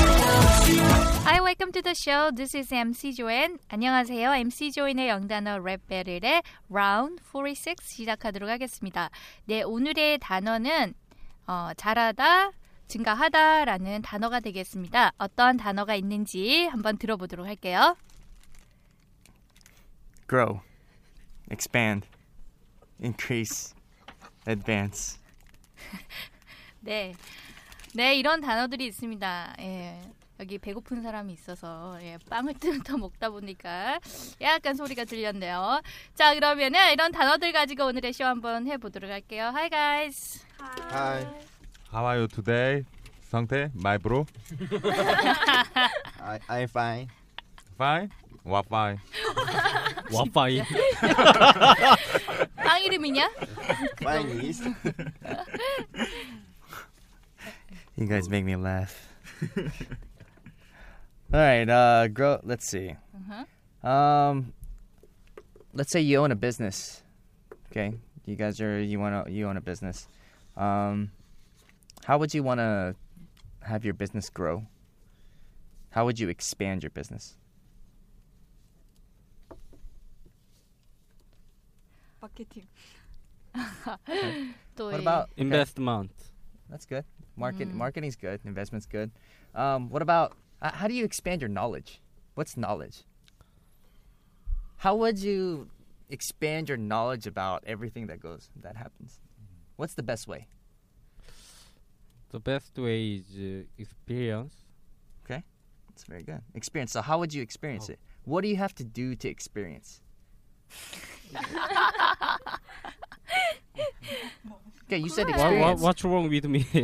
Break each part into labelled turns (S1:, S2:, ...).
S1: Hi, welcome to the show. This is MC Joanne. 안녕하세요. MC Joanne의 영단어 랩 배틀의 라운드 46 시작하도록 하겠습니다. 네, 오늘의 단어는 어, 잘하다, 증가하다라는 단어가 되겠습니다. 어떠한 단어가 있는지 한번 들어보도록 할게요.
S2: grow, expand, increase, advance.
S1: 네. 네, 이런 단어들이 있습니다. 예. 여기 배고픈 사람이 있어서 예, 빵을 뜯어 먹다 보니까 약간 소리가 들렸네요. 자, 그러면은 이런 단어들 가지고 오늘의 쇼 한번 해 보도록 할게요. Hi guys.
S3: Hi.
S4: How are you today? 상태 my bro.
S3: I, I'm fine.
S4: Fine. What fine?
S5: 와파이.
S1: 빵 이름이냐?
S3: Fine is
S2: You guys make me laugh. All right, uh, grow. Let's see. Um, let's say you own a business. Okay, you guys are you want to you own a business. Um, how would you want to have your business grow? How would you expand your business?
S6: 마케팅
S1: 또
S2: What
S1: 이-
S2: about
S7: investment.
S2: That's good. Market
S7: Mm.
S2: marketing's good. Investment's good. Um, what about uh, how do you expand your knowledge? What's knowledge? How would you expand your knowledge about everything that goes that happens? What's the best way?
S7: The best way is uh, experience.
S2: That's very good. Experience. So how would you experience it? What do you have to do to experience? okay, you said
S7: What, what,
S2: experience.
S7: what's wrong with me?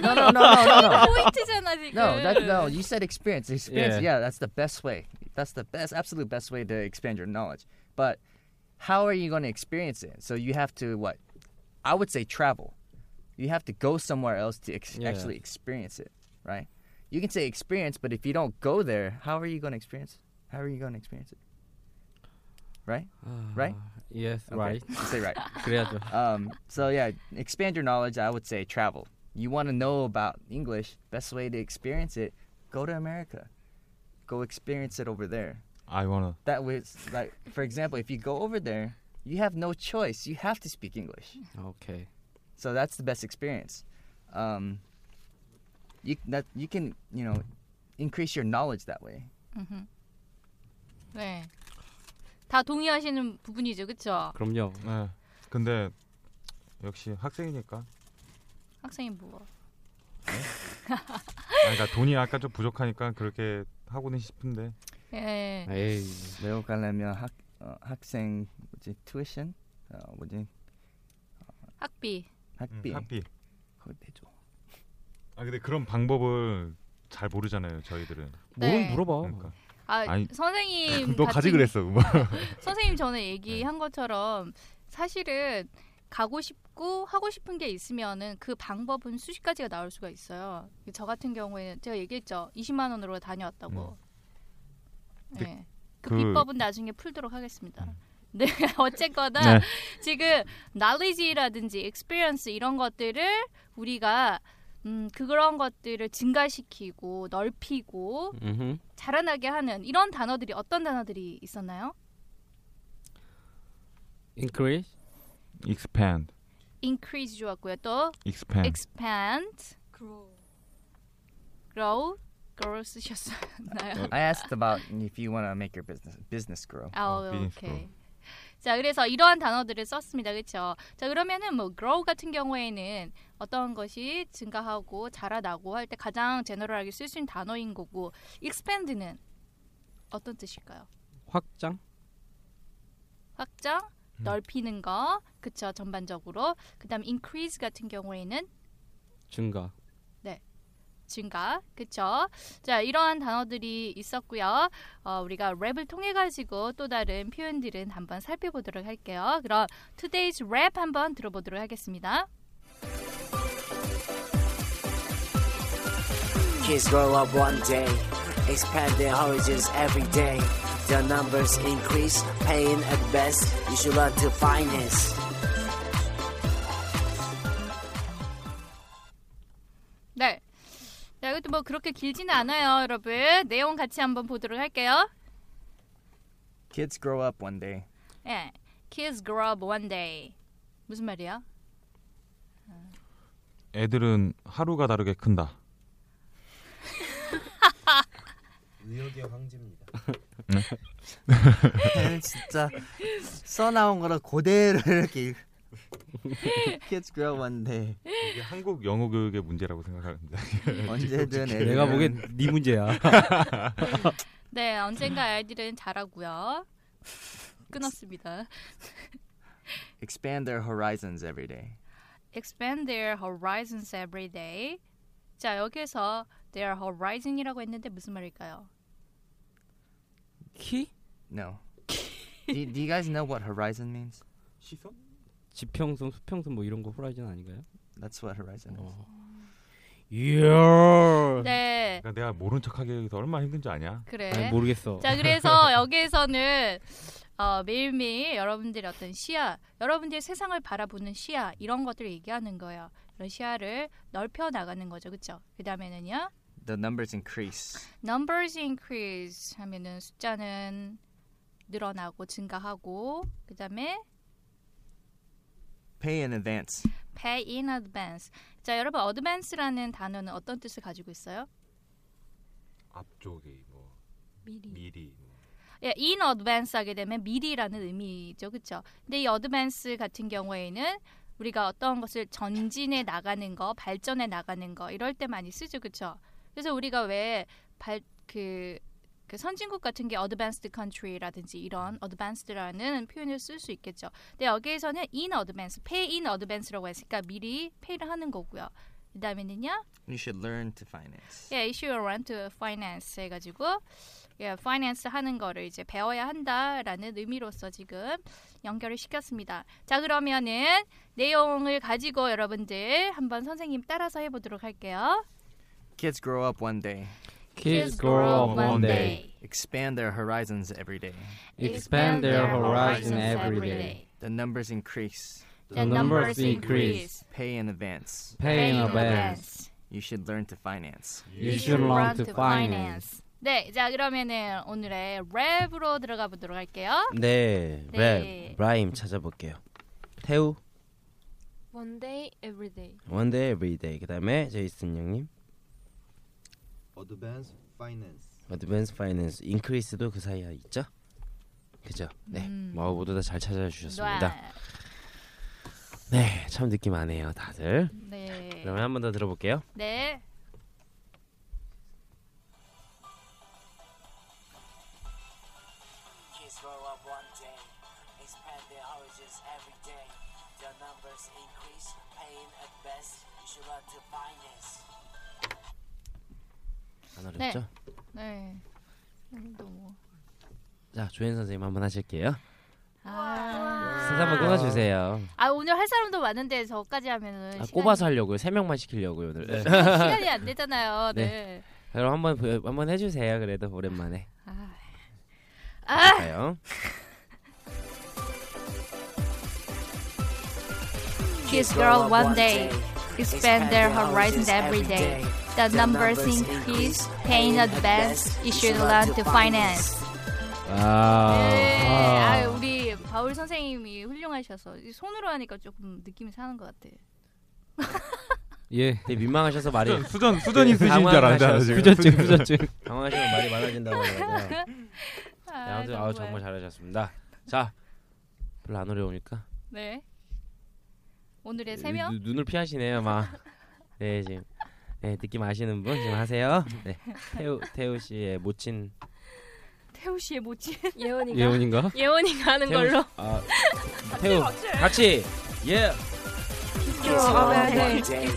S2: No, no, no, no, no, no.
S1: 아, 포인트잖아 지금.
S2: No, that, no. You said experience. Experience. Yeah.
S7: Yeah.
S2: that's the best way. That's the best, absolute best way to expand your knowledge. But how are you going to experience it? So you have to what? I would say travel. You have to go somewhere else to ex-
S7: Yeah.
S2: actually experience it, right? You can say experience, but if you don't go there, how are you going to experience? How are you going to experience it? Right?
S7: Ah,
S2: Right?
S7: yes,
S2: Okay.
S7: right.
S2: You say right.
S7: 그래야죠.
S2: Um, so yeah, expand your knowledge. I would say travel. You want to know about English? Best way to experience it: go to America, go experience it over there.
S4: I wanna.
S2: That was like, for example, if you go over there, you have no choice. You have to speak English.
S7: Okay.
S2: So that's the best experience. Um, you that you can you know increase your knowledge that way.
S1: 네. 다 동의하시는 부분이죠, 그렇죠?
S7: 그럼요.
S4: 네. 근데 역시 학생이니까.
S1: 학생이 뭐?
S4: 아니, 그러니까 돈이 약간 좀 부족하니까 그렇게 하고는 싶은데.
S1: 예.
S4: 네.
S7: 에이.
S2: 배워가려면 학 어, 학생 뭐지 tuition 어, 뭐지
S1: 학비.
S2: 학비
S4: 음, 학비.
S2: 그거 내줘.
S4: 아 근데 그런 방법을 잘 모르잖아요 저희들은.
S1: 네.
S7: 뭘 물어봐.
S4: 그러니까.
S1: 아
S4: 아니,
S1: 선생님.
S4: 너 가지
S1: 같은-
S4: 그랬어.
S1: 선생님 전에 얘기한 것처럼 사실은 가고 싶고 하고 싶은 게 있으면은 그 방법은 수십 가지가 나올 수가 있어요. 저 같은 경우에는 제가 얘기했죠. 20만 원으로 다녀왔다고.
S4: 근데
S1: 네. 그,
S4: 그-
S1: 비법은 나중에 풀도록 하겠습니다. 네, 어쨌거나
S4: 네.
S1: 지금 knowledge라든지 experience 이런 것들을 우리가 음, 그런 것들을 증가시키고 넓히고
S7: 음흠.
S1: 자라나게 하는 이런 단어들이 어떤 단어들이 있었나요?
S7: Increase.
S4: expand,
S1: increase 좋았고요. 또
S4: 네. expand.
S1: expand,
S6: 그로
S1: grow, grow 쓰셨나요?
S2: I asked about if you want to make your business business grow.
S1: 아,
S4: 어, business
S1: 오케이. 자, 그래서 이러한 단어들을 썼습니다. 그렇죠? 자, 그러면은 뭐 grow 같은 경우에는 어떤 것이 증가하고 자라나고 할 때 가장 제너럴하게 쓸 수 있는 단어인 거고 expand는 어떤 뜻일까요?
S7: 확장?
S1: 확장, 넓히는 거, 그쵸? 전반적으로. 그다음 increase 같은 경우에는
S7: 증가.
S1: 증가, 그쵸? 자, 이러한 단어들이 있었고요. 어, 우리가 랩을 통해 가지고 또 다른 표현들은 한번 살펴보도록 할게요. 그럼 today's rap 한번 들어보도록 하겠습니다.
S8: Kids grow up one day, expand their horizons every day. Their numbers increase, pain at best. You should learn to finance.
S1: 네. 자, 이것도 뭐 그렇게 길지는 않아요, 여러분. 내용 같이 한번 보도록 할게요.
S2: Kids grow up one day.
S1: 예. Kids grow up one day. 무슨 말이야?
S4: 애들은 하루가 다르게 큰다.
S3: 의욕의 황제입니다.
S2: 진짜 써 나온 거라 그대로 이렇게 Kids grow one day.
S4: 이게 한국 영어 교육의 문제라고 그러니까 생각합니다.
S2: 언제든 애들은
S7: 내가 보기엔 네 문제야.
S1: 네, 언젠가 아이들은 자라고요. 끊었습니다.
S2: expand their horizons every day.
S1: expand their horizons every day. 자 여기에서 their horizon이라고 했는데 무슨 말일까요?
S7: 키?
S2: No. do, do you guys know what horizon means?
S4: 시선?
S7: 지평선, 수평선 뭐 이런 거 호라이즌 아닌가요?
S2: That's what horizon is.
S7: 이야.
S1: 네,
S4: 그러니까 내가 모른 척하기 위해서 얼마나 힘든지 아냐?
S7: 아니,
S1: 그래.
S7: 모르겠어.
S1: 자 그래서 여기에서는 어, 매일매일 여러분들의 어떤 시야, 여러분들의 세상을 바라보는 시야 이런 것들을 얘기하는 거예요. 이런 시야를 넓혀 나가는 거죠, 그렇죠? 그 다음에는요,
S2: The numbers increase.
S1: numbers increase 하면은 숫자는 늘어나고 증가하고 그 다음에
S2: Pay in advance.
S1: pay in advance. 자, 여러분 advance라는 단어는 어떤 뜻을 가지고 있어요?
S4: 앞쪽이 뭐
S1: 미리.
S4: 미리 뭐.
S1: 예, in advance 하게 되면 미리라는 의미죠. 그렇죠? 근데 이 advance 같은 경우에는 우리가 어떤 것을 전진해 나가는 거, 발전해 나가는 거 이럴 때 많이 쓰죠. 그렇죠? 그래서 우리가 왜발그 그 선진국 같은 게 advanced country라든지 이런 advanced라는 표현을 쓸 수 있겠죠. 근데 여기에서는 in advance, pay in advance라고 했으니까 미리 pay를 하는 거고요. 그다음에는요.
S2: You should learn to finance.
S1: 예, issue around to finance 해가지고 예, finance 하는 거를 이제 배워야 한다라는 의미로서 지금 연결을 시켰습니다. 자, 그러면은 내용을 가지고 여러분들 한번 선생님 따라서 해보도록 할게요.
S2: Kids grow up one day.
S7: Kids grow up one day.
S2: Expand their horizons every day.
S7: Expand their horizon every day.
S2: The numbers increase.
S7: The numbers increase.
S2: Pay in advance.
S7: Pay in advance.
S2: You should learn to finance.
S7: You should learn to finance.
S1: 네, 자 그러면은 오늘의 랩으로 들어가 보도록 할게요.
S9: 네,
S1: 네.
S9: 랩 라임 찾아볼게요. 태우
S10: One day, every
S1: 네.
S10: day.
S9: One Day Every Day 그다음에 제이슨 형님
S3: Advanced finance.
S9: Advanced Finance Increase도 그 사이에 있죠? 그죠? 네,
S1: 음.
S9: 뭐 모두 다 잘 찾아주셨습니다.
S1: 놔.
S9: 네, 참 느낌 안 해요, 다들.
S1: 네,
S9: 그러면 한 번 더 들어볼게요.
S1: 네.
S8: Kids grow up one day, expand their horizons every day. Their numbers increase, pain at best. You should learn to finance.
S9: 안 어렵죠?
S1: 네. 너무.
S9: 자, 조현 선생님 한 번 하실게요.
S1: 아.
S9: 셋 한번 끊어주세요.
S1: 아 오늘 할 사람도 많은데 저까지 하면은
S9: 아,
S1: 시간이-
S9: 꼽아서 하려고요. 세 명만 시키려고요 오늘.
S3: 네.
S1: 시간이 안 되잖아요. 네.
S9: 네. 그럼 한번 보- 한번 해주세요. 그래도 오랜만에.
S1: 아,
S9: 가요.
S1: Kids grow up one day, expand their horizons every day. The numbers increase, pain advance, you should learn to finance. 네. 아,
S7: 아.
S1: 우리 바울
S9: 네,
S1: 선생님이 훌륭하셔서 이 손으로 하니까 조금 느낌이 사는 것 같아.
S7: 예.
S9: 되게 민망하셔서 말이
S4: 네. 수전- 수전- 수전 있으신 줄 알았는데,
S9: 당황하셔서-
S4: 지금. 수전증, 수전증.
S9: 당황하시면 말이 많아진다고 그러죠.
S1: 아,
S9: 아무튼 아우 정말 잘하셨습니다. 자 별로 안 어려우니까
S1: 네. 오늘의 네, 세 명.
S9: 눈- 눈을 피하시네요 막. 네 지금 네, 느낌 아시는 분 지금 하세요. 네 태우 태우 씨의 모친
S10: 태우 씨의 뭐지? 예원이가.
S9: 예원인가?
S10: 예원이가 하는
S9: 태우 씨-
S10: 걸로.
S9: 아 태우 같이 예.
S8: It's one day.
S10: The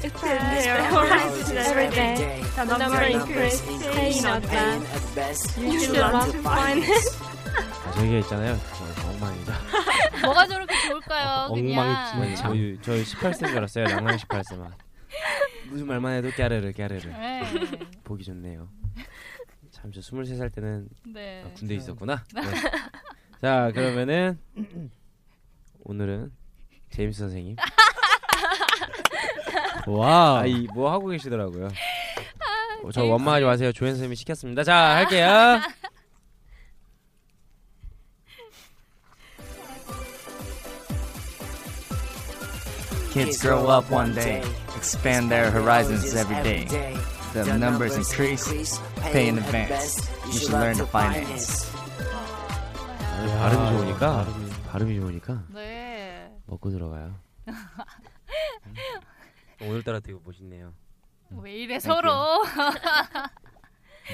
S10: number increase, pay in
S8: Pay in
S10: advance.
S8: advance.
S10: You should learn to finance.
S9: 아, 저희가 있잖아요. 정말 엉망이죠.
S1: 뭐가 저렇게 좋을까요? 아, 그냥.
S9: 네, 저희 저희 18세 줄 알았어요. 랑랑 18세만. 무슨 말만 해도 깨르르 깨르르.
S1: 네.
S9: 보기 좋네요. 참 저 23살 때는
S1: 네.
S9: 아, 군대 에 있었구나. 네. 자 그러면은 오늘은 제임스 선생님.
S7: 와.
S9: 아이 뭐 하고 계시더라고요. 어, 저
S7: 제임스.
S9: 원망하지 마세요. 조현 선생님이 시켰습니다. 자 할게요.
S2: Kids grow up one day, expand their horizons every day. The numbers increase, pay in advance. You should learn to finance.
S9: 발음이 좋으니까 발음이, 좋으니까
S1: 네.
S9: 먹고 들어가요. 오늘따라 되게 멋있네요.
S1: 왜 이래
S9: Thank
S1: 서로.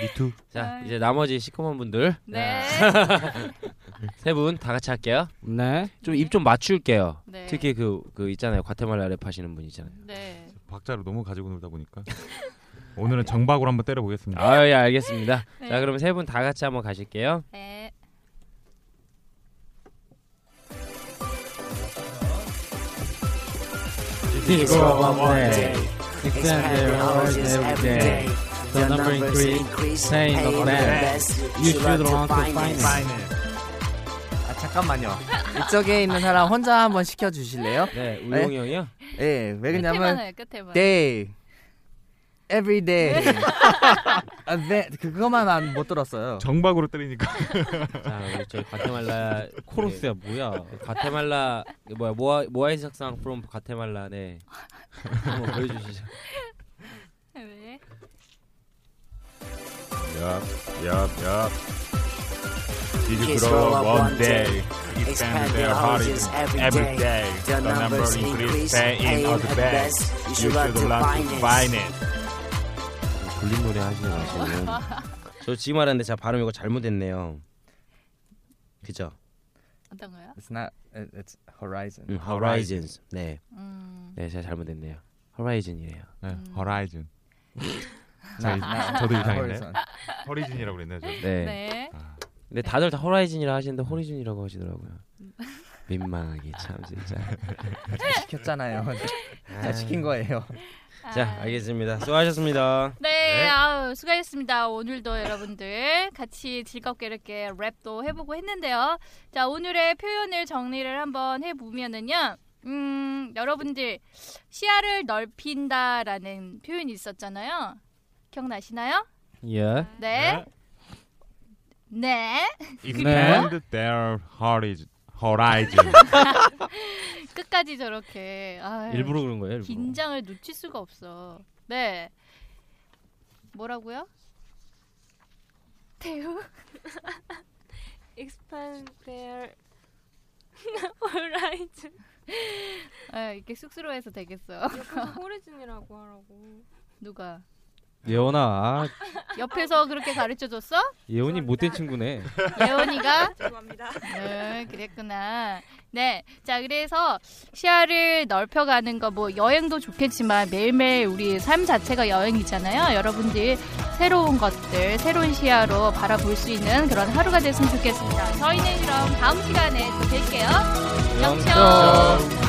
S9: 미투. 자
S1: 아이.
S9: 이제 나머지 시커먼 분들
S1: 네.
S9: 세 분 다 같이 할게요.
S7: 네.
S9: 좀 입 좀 맞출게요.
S1: 네.
S9: 특히 그 그 있잖아요 과테말라 랩 하시는 분 있잖아요.
S1: 네.
S4: 박자를 너무 가지고 놀다 보니까 오늘은 정박으로 한번 때려보겠습니다.
S9: 아 예 알겠습니다.
S1: 네.
S9: 자 그럼 세 분 다 같이 한번 가실게요.
S1: 네.
S8: Kids grow up one day,
S7: expand their horizons every day. The number increase, pay in advance. You should learn to finance.
S2: 아 잠깐만요. 이쪽에 있는 사람 혼자 한번 시켜주실래요?
S9: 네, 우영이 형이요.
S2: 예, 왜
S1: 끝에만
S2: 그러냐면
S1: 해요, 끝에만.
S2: day, every day. 아, 네, 그거만 안- 못 들었어요.
S4: 정박으로 때리니까
S9: 자 우리 저희 과테말라
S7: 코러스야 뭐야?
S9: 네, 과테말라 이거 뭐야 모아 모아이 석상 from 과테말라 네 한번 보여주시죠.
S1: 네.
S4: 얍얍얍
S8: Kids grow up one day, expand their horizons every day. The numbers increase, pay in advance. You should learn to finance.
S9: 돌림 노래 하시지 마시고 저 지금 말하는데 제가 발음 이거 잘못했네요. 그죠?
S1: 어떤 거요?
S2: It's not. it- It's horizon.
S9: 음, horizons. 네,
S1: 음.
S9: 네 제가 잘못했네요. horizon이래요.
S4: 네, horizon
S2: Not-
S4: 저-
S2: not-
S4: 저도
S2: not
S4: 이상했네.
S2: horizon.
S4: 허리진이라고 그랬네요. 저.
S9: 네.
S1: 네.
S9: 근데 다들 다 horizon이라 하시는데 horizon이라고 하시더라고요. 민망하게 참 진짜.
S2: 시켰잖아요.
S9: 아.
S2: 다 시킨 거예요.
S9: 자,
S1: 아.
S9: 알겠습니다. 수고하셨습니다.
S1: 네, 아우, 수고하셨습니다. 오늘도 여러분들 같이 즐겁게 이렇게 랩도 해보고 했는데요. 자, 오늘의 표현을 정리를 한번 해보면은요. 음, 여러분들, 시야를 넓힌다라는 표현이 있었잖아요. 기억나시나요?
S7: 예.
S1: 네. 네.
S4: expand their horizon horizon
S1: 끝까지 저렇게. 아유,
S9: 일부러 그런 거예요, 일부러.
S1: 긴장을 놓칠 수가 없어. 네. 뭐라고요?
S10: 태우. Expand their horizon.
S1: 아, 이렇게 쑥스러워해서 되겠어.
S10: 옆에서 호리진이라고 하라고.
S1: 누가
S7: 예원아. 아,
S1: 옆에서 그렇게 가르쳐 줬어?
S7: 예원이 못된 친구네.
S1: 예원이가
S10: 죄송합니다.
S1: 네, 그랬구나. 네, 자 그래서 시야를 넓혀가는 거 뭐 여행도 좋겠지만 매일매일 우리 삶 자체가 여행이잖아요. 여러분들 새로운 것들, 새로운 시야로 바라볼 수 있는 그런 하루가 됐으면 좋겠습니다. 저희는 그럼 다음 시간에 또 뵐게요. 영청.